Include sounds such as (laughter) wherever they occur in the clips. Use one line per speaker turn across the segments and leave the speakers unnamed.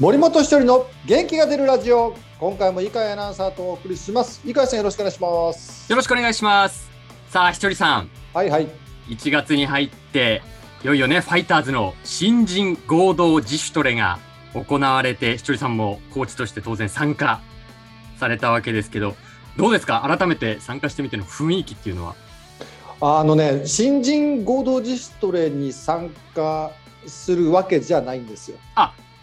森本一人の元気が出るラジオ今回も井川アナウンサーとお送りします井川さんよろしくお願いします
よろしくお願いします。さあ、ひとりさん、
はいはい
1月に入って、いよいよね、ファイターズの新人合同自主トレが行われて、ひとりさんもコーチとして当然参加されたわけですけど、どうですか改めて参加してみての雰囲気っていうのは。
あのね新人合同自主トレに参加するわけじゃないんですよ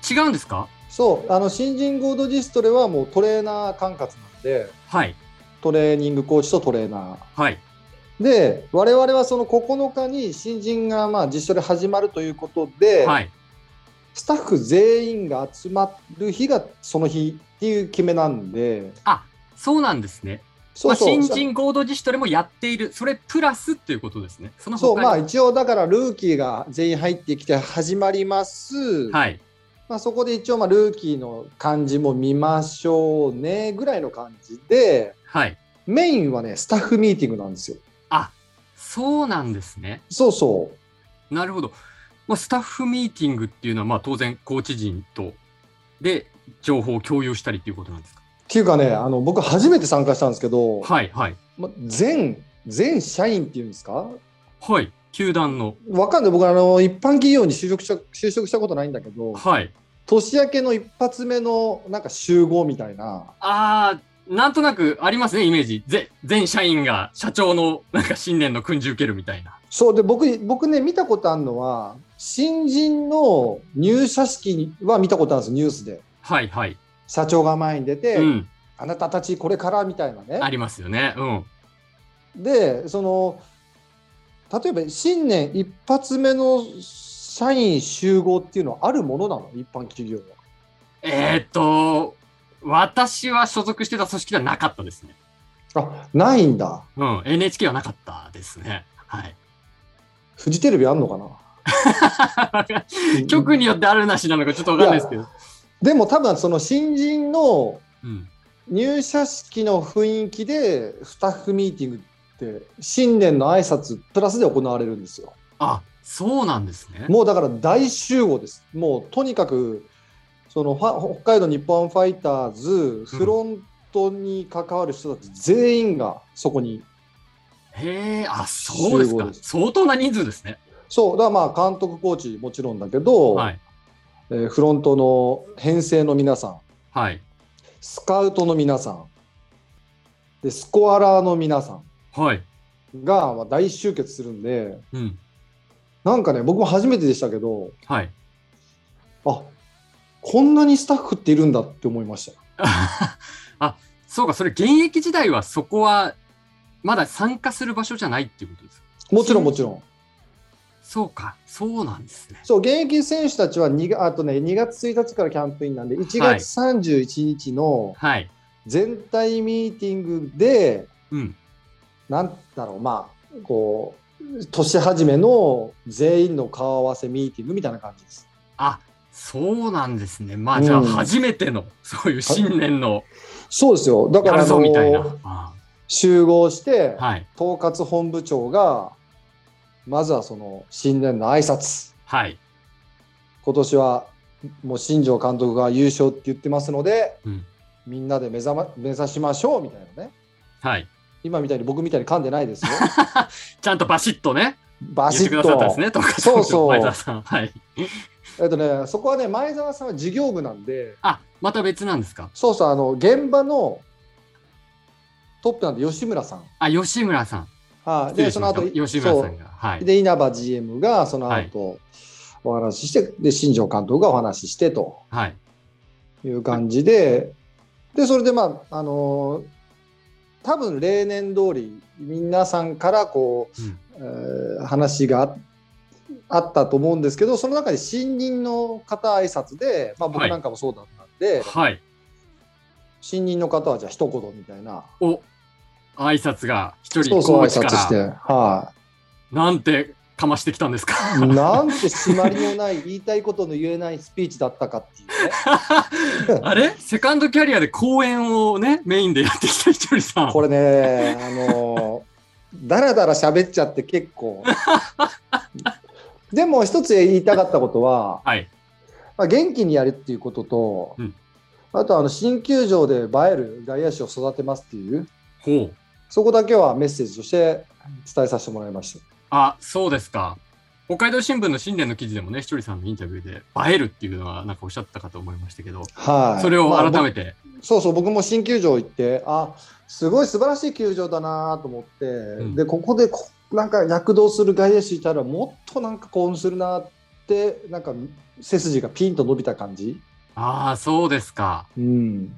違うんですか
そうあの新人合同自主トレはもうトレーナー管轄なんで
はい。
トレーニングコーチとトレーナ
はい。
ーで我々はその9日に新人がまあ自主トレ始まるということで、
はい。
スタッフ全員が集まる日がその日っていう決めなんで
そうなんですね。
そうそう、
まあ、新人合同自主トレもやっている、それプラスっていうことですね。その
そう、
他に
まあ一応だからルーキーが全員入ってきて始まります。
はい。
まあそこで一応まあルーキーの感じも見ましょうねぐらいの感じで、
はい。
メインはね、スタッフミーティングなんですよ。
そうなんですね。
そうそう。
なるほど。まあ、スタッフミーティングっていうのは、まあ、当然、コーチ陣とで情報を共有したりっていうことなんですか。
っていうかね、あの僕初めて参加したんですけど、
はいはい。
まあ全、全社員っていうんですか
はい。球団の。
わかんない。僕あの、一般企業に就職した、就職したことないんだけど、
はい。
年明けの一発目のなんか集合みたいな。
ああ、なんとなくありますね、イメージ。ぜ全社員が社長のなんか新年の訓示受けるみたいな。
そうで僕僕ね見たことあるのは新人の入社式は見たことあるんですニュースで
はいはい。
社長が前に出て、
うん。
あなたたちこれからみたいなね
ありますよね。うん。
でその例えば新年一発目の社員集合っていうのはあるものなの一般企業は
えーっと、私は所属してた組織ではなかったですね。
あないんだ
うん。NHK はなかったですね。 (laughs) はい。
フジテレビあんのか
(laughs)
な
局によってあるなしなのかちょっとわかんないですけど。
でも多分その新人の
うん。
入社式の雰囲気でスタッフミーティングって新年の挨拶プラスで行われるんですよ
あ、そうなんですね。
もうだから大集合ですもうとにかくそのファ北海道日本ファイターズフロントに関わる人たち全員がそこに、
へえ、あ、そうです
集合
か
で。す
相当な人数ですね。
そうだからまあ監督コーチもちろんだけど、
はい。
えーフロントの編成の皆さん
はい。
スカウトの皆さんでスコアラーの皆さ
はい。
んがまあ大集結するんで
うん。
なんかね僕も初めてでしたけど
はい。
あこんなにスタッフっているんだって思いました。
あ、そうか、それ現役時代はそこは、まだ参加する場所じゃないっていうことですか。
もちろんもちろん。
そうか、そうなんですね。
そう、現役選手たちは2月あと、ね、2月1日からキャンプインなんで、1
はい
月31日の
はい。
全体ミーティングで、
うん。
なんだろう、まあ、こう、年始めの全員の顔合わせミーティングみたいな感じです。
あ、そうなんですね。まあ、じゃあ、
うん
初めての、そういう新年の
そうですよ。だか
や
ら、
る
あ
ぞみたい
の
な。あ
集合して、
はい。
統括本部長が、まずはその新年の挨拶
はい。
今年はもう新庄監督が優勝って言ってますので、
うん
みんなで目覚、ま、目指しましょうみたいなね
はい。
今みたいに僕みたいに噛んでない
(laughs)
ですよ
ちゃんとバシッとね、
バ
言っ
シ
て
ッ
くださ
と
ったんですね、とか、
そうそう
前澤さん。はい。
えっとね、そこはね前澤さんは事業部なんで
あ、また別なんですか。
そうそうあの現場のトップなんで吉村さん、
あ、吉村さん。
はい
失礼
で
し
そ
ま
の
した
後
吉村さ
そ
んが。は
う
い。
で稲葉 GM がその後、お話ししてで新庄監督がお話ししてと
はい。
いう感じで、で、それでまあ、あのー多分例年通り、皆さんからこ
うん
う、えー話がああったと思うんですけど、その中で新任の方挨拶で、まあ僕
はい
なんかもそうだったんで、
はい。
新任の方はじゃあ一言みたいな、
お、挨拶が一人
そうそ
コ
う
ー
挨
チか
拶して、
ら、
は
なんてかましてきたんですか。
い。なんて締まりのない、言いたいことの言えないスピーチだったかっていうね。
(laughs) あれセカンドキャリアで公演をね、メインでやってきたひとりさん。
これね、あのー、だらだら喋っちゃって結構。でも一つ言いたかったことは、
はい。
まあ、元気にやるっていうことと、
うん
あとあの新球場で映える外野手を育てますっていう、
ほう。
そこだけはメッセージとして伝えさせてもらいました。
あ、そうですか。北海道新聞の新年の記事でもね、ひとりさんのインタビューで、映えるっていうのはなんかおっしゃったかと思いましたけど、
はい、
それを改
まあ
めて、
そうそう僕も新球場行ってあすごい素晴らしい球場だなと思って、
ん
でここでこなんか躍動する外野手いたらもっとなんか興奮するなってなんか背筋がピンと伸びた感じ、
ああ、そうですか。
うん、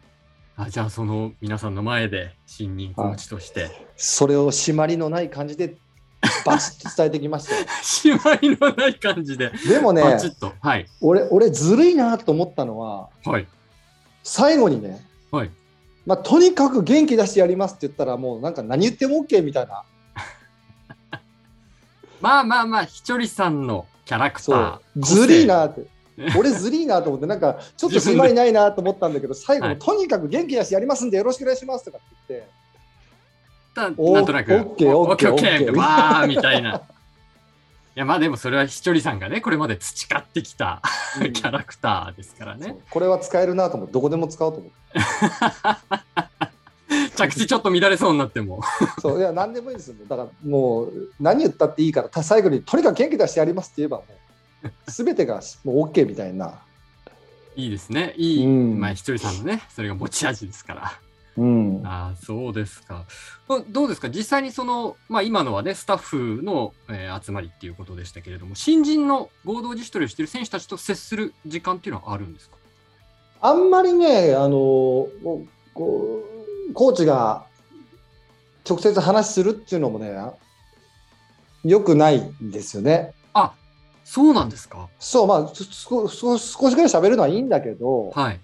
あじゃあ、その皆さんの前で、新任コーチとして、
それを締まりのない感じでバチッと伝えてきま
(laughs)
したよ
しまいのない感じで、
でもね
パチッと。はい。
俺俺ずるいなと思ったのは
はい。
最後にね、
はい
まあ、とにかく元気出してやりますって言ったらもうなんか何言っても OK みたいな
まあまあまあ、ひとりさんのキャラクタ
そ
ー
う。、ずりー
個
なーって。 (laughs) 俺ずりーなーと思って、なんかちょっと締まりないなーと思ったんだけど、最後
は
も
い
とにかく元気だしやりますんでよろしくお願いしますとかって言って、
性
お
なんとなく、
オッケーオッケー
オッケー
オッケ
オッケー
ー
わーみたいな。い (laughs) やまあでもそれはひとりさんがね、これまで培ってきた (laughs) キャラクターですから
そ
ね
う。これは使えるなと思って、どこでも使おうと思っ
着地ちょっと乱れそうになっても。
て、そういや、何でもいいですよ。だからもう、何言ったっていいから、た最後にとにかく元気出してやりますって言えば、もう、すべてがもう OK みたいな。
いいですね。いい、
うん
まあ、ひとりさんのね、それが持ち味ですから。
うん、
ああ、そうですか。どどうですか、実際にその、まあ、今のはね、スタッフの、えー集まりっていうことでしたけれども、新人の合同自主トレをしている選手たちと接する時間っていうのはあるんですか
あんまりね、あのこうコーチが直接話するっていうのもね、よくないんですよね。
あそうなんですか。
そう、まあ、すすこ少し少しぐらい喋るのはいいんだけど、
はい。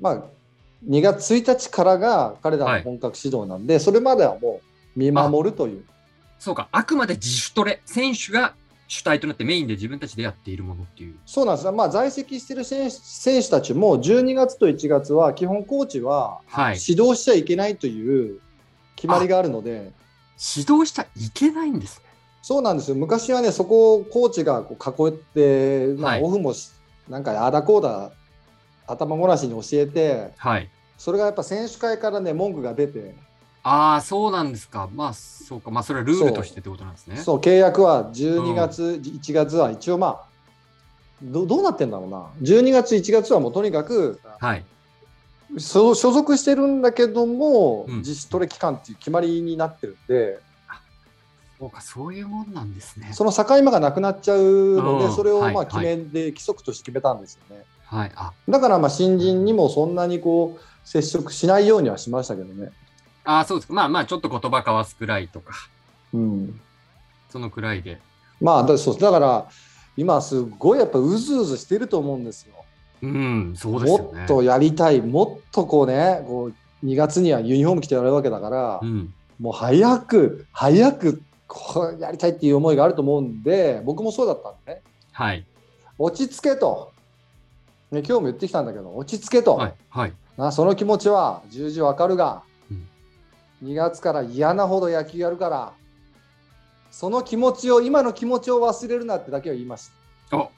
まあ、2月1日からが彼らの本格指導なんで、それまではもう見守るという、
そうか、あくまで自主トレ、選手が主体となってメインで自分たちでやっているものっていう。
そうなんです、まあ、在籍してる選手選手たちも、12月と1月は、基本コーチは
はい。
指導しちゃいけないという決まりがあるので、
指導しちゃいけないんですね。
そうなんですよ、昔はね、そこをコーチがこう囲って、ま
は
あ、
い
オフもし、なんかああだこうだ、頭ごなしに教えて、
はい。
それがやっぱ選手会からね、文句が出て。
ああ、そうなんですか。まあ、そうか。まあ、それはルールとしてってことなんですね。
そう契約は
うん
12月、1月は一応まあどどうなってんだろうな12月1月はもうとにかく
はい。
所所属してるんだけども、
うん
自主トレ期間っていう決まりになってるんで
そうか、そういうもんなんですね。
その境間がなくなっちゃうので、
うん
それを
はい
ま
は
あ
い
決めで、規則として決めたんですよね
はい。あ、
だからまあ新人にもそんなにこう接触しないようにはしましたけどね、
あーそうですか。まあまあ、ちょっと言葉交わすくらいとか、
うん、
そのくらいで。
まあだそうだから今すごいやっぱうずうずしてると思うんですよ
うん、そうですよ
も
ね。
っとやりたい、もっとこうね、こう2月にはユニフォーム着てやるわけだから、
うん、
もう早く、早くこうやりたいっていう思いがあると思うんで、僕もそうだったんでね、
はい。
落ち着けと、ね、今日も言ってきたんだけど、落ち着けと、
はい。はい。
なその気持ちは十々わかるが、
うん
2月から嫌なほど野球やるから、その気持ちを、今の気持ちを忘れるなってだけは言いまし
お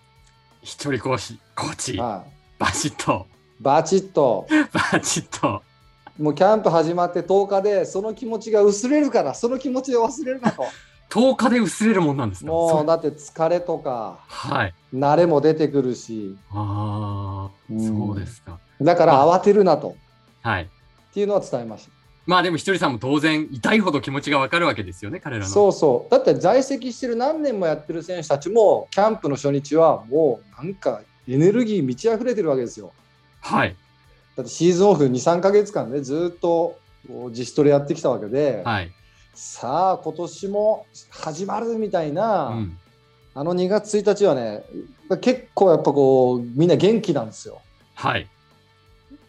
一人講師、コーチ
た。、はい
バシッと、
バチッと
バチッと。
もうキャンプ始まって10日でその気持ちが薄れるからその気持ちで忘れるなと
(laughs) 10日で薄れるもんなんですか
も
そう
だって疲れとか
はい。
慣れも出てくるし、
ああ、
うん
そうですか。
だから慌てるなと
はい。
っていうのは伝えまし
まあでも、ひとりさんも当然、痛いほど気持ちがわかるわけですよね、彼ら
た
の。
そうそうだって在籍してる何年もやってる選手たちもキャンプの初日はもうなんかエネルギー満ち溢れてるわけですよ
はい。
だってシーズンオフ23ヶ月間ねずっとこう自主トレやってきたわけで、
はい。
さあ今年も始まるみたいな、
うん。
あの2月1日はね、結構やっぱこう、みんな元気なんですよ。
はい。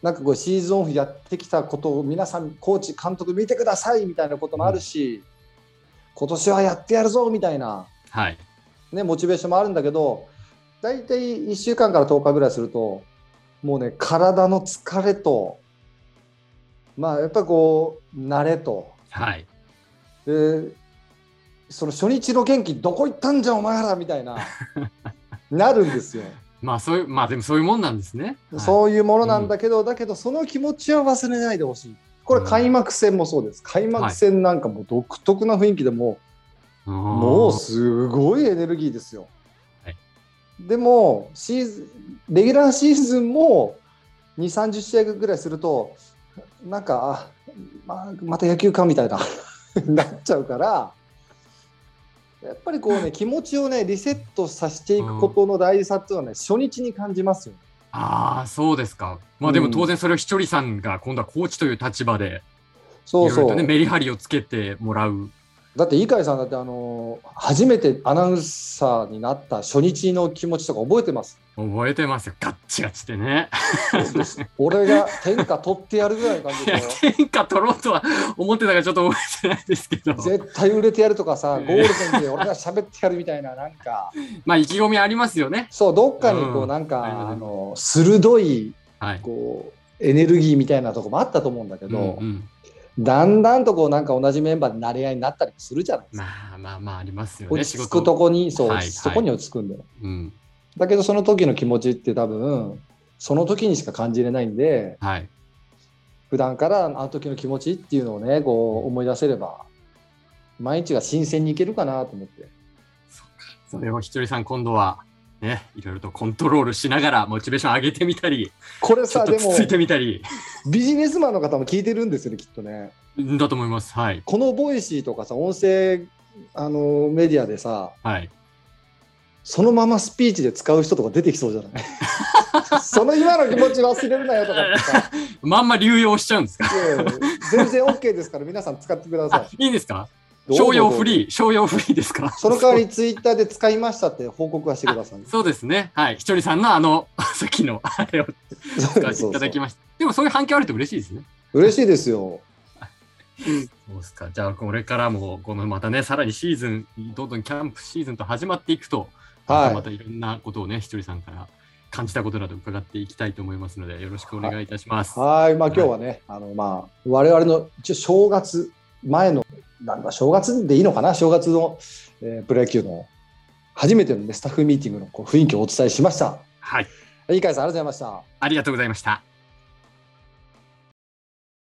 なんかこう、シーズンオフやってきたことを、皆さん、コーチ、監督見てくださいみたいなこともあるし、今年はやってやるぞみたいな、
はい。
ね、モチベーションもあるんだけど、大体1週間から10日ぐらいすると、もうね、体の疲れと、まあ、やっぱこう、慣れと、
はい。
でその初日の元気、どこ行ったんじゃん、お前らみたいな、なるんですよ。
まあそういう、まあでもそういうもんなんですね。
そういうものなんだけど、だけどその気持ちは忘れないでほしい。これ開幕戦もそうです。開幕戦なんかもう独特な雰囲気でも
う。
う、も
も
うすごいエネルギーですよ。
はい
でもシーズン、レギュラーシーズンも2、30試合ぐらいすると、なんか、あまあ、また野球かみたいな (laughs) なっちゃうから、やっぱりこうね、気持ちをね、リセットさせていくことの大事さっていうのはね、初日に感じますよ。
ああ、そうですか。まあで
う
も
ん
当然それをひちょりさんが今度はコーチという立場で、い
そ
ろ
う
いろ
そ
と
う。
ね、メリハリをつけてもらう。
だって、猪飼さんだって、あのー初めてアナウンサーになった初日の気持ちとか覚えて
(laughs)
ます。
覚えてますよ。ガッチガチでね。
俺が天下取ってやるぐらいの感じ
い (laughs) や
で、
天下取ろうとは思ってたからちょっと覚えてないですけど、
絶対売れてやるとかさ、
ええ
ゴールデンで俺が喋ってやるみたいな、なんか、
まあ意気込みありますよね。
そう、どっかにこ
う
う、
ん
なん
あります
か、
ね
あの鋭い
はい。
こうエネルギーみたいなとこもあったと思うんだけ
うん
ど
う、ん、
だんだんとこう、なんか同じメンバーになり合いになったりもするじゃないですか。
まあまあまあありますよね。
落ち
仕
着
事
くとこに、そう、
はい
落ち着くとこに落ち着くんだよ。
うん。
だけどその時の気持ちって多分その時にしか感じれないんで
はい。
普段からあの時の気持ちっていうのをねこう思い出せれば毎日が新鮮にいけるかなと思って
それをひとりさん今度はね、いろいろとコントロールしながらモチベーション上げてみたり、
これ
ちょ
さ
っと
で
つ
も
ついてみたり、
ビジネスマンの方も聞いてるんですよねきっとね
んだと思います。はい。
このボイシーとかさ音声あのメディアでさ
はい。
そのままスピーチで使う人とか出てきそうじゃない
(laughs)
その今の気持ち忘れるなよとかってさ
まんま流用しちゃうんですか
いやいや全然 OK ですから皆さん使ってくださ
あ
い
いいんですか
どうぞ
商用
どう
フ
ぞ
リー、商用フリーですか
(laughs) その代わりツイッターで使いましたって報告はしてください。
そうですね。はい。ひとりさんのあの、 (laughs) さっきのあれを
そ
使わせていただき
う
ました。でもそういう反響あると嬉しいですね。
嬉しいですよ。
そうですか。じゃあ、これからも、このまたね、さらにシーズン、どんどんキャンプシーズンと始まっていくと、またま
は
たいろんなことをね、ひとりさんから感じたことなど伺っていきたいと思いますので、よろしくお願いいたします。
い。はい。まあ今日はね、あのまあ我々の一応正月前のなんだ正月でいいのかな正月の、えープロ野球の初めての、ね、スタッフミーティングのこう雰囲気をお伝えしました。
はい。
いい会さんありがとうございました。
ありがとうございました。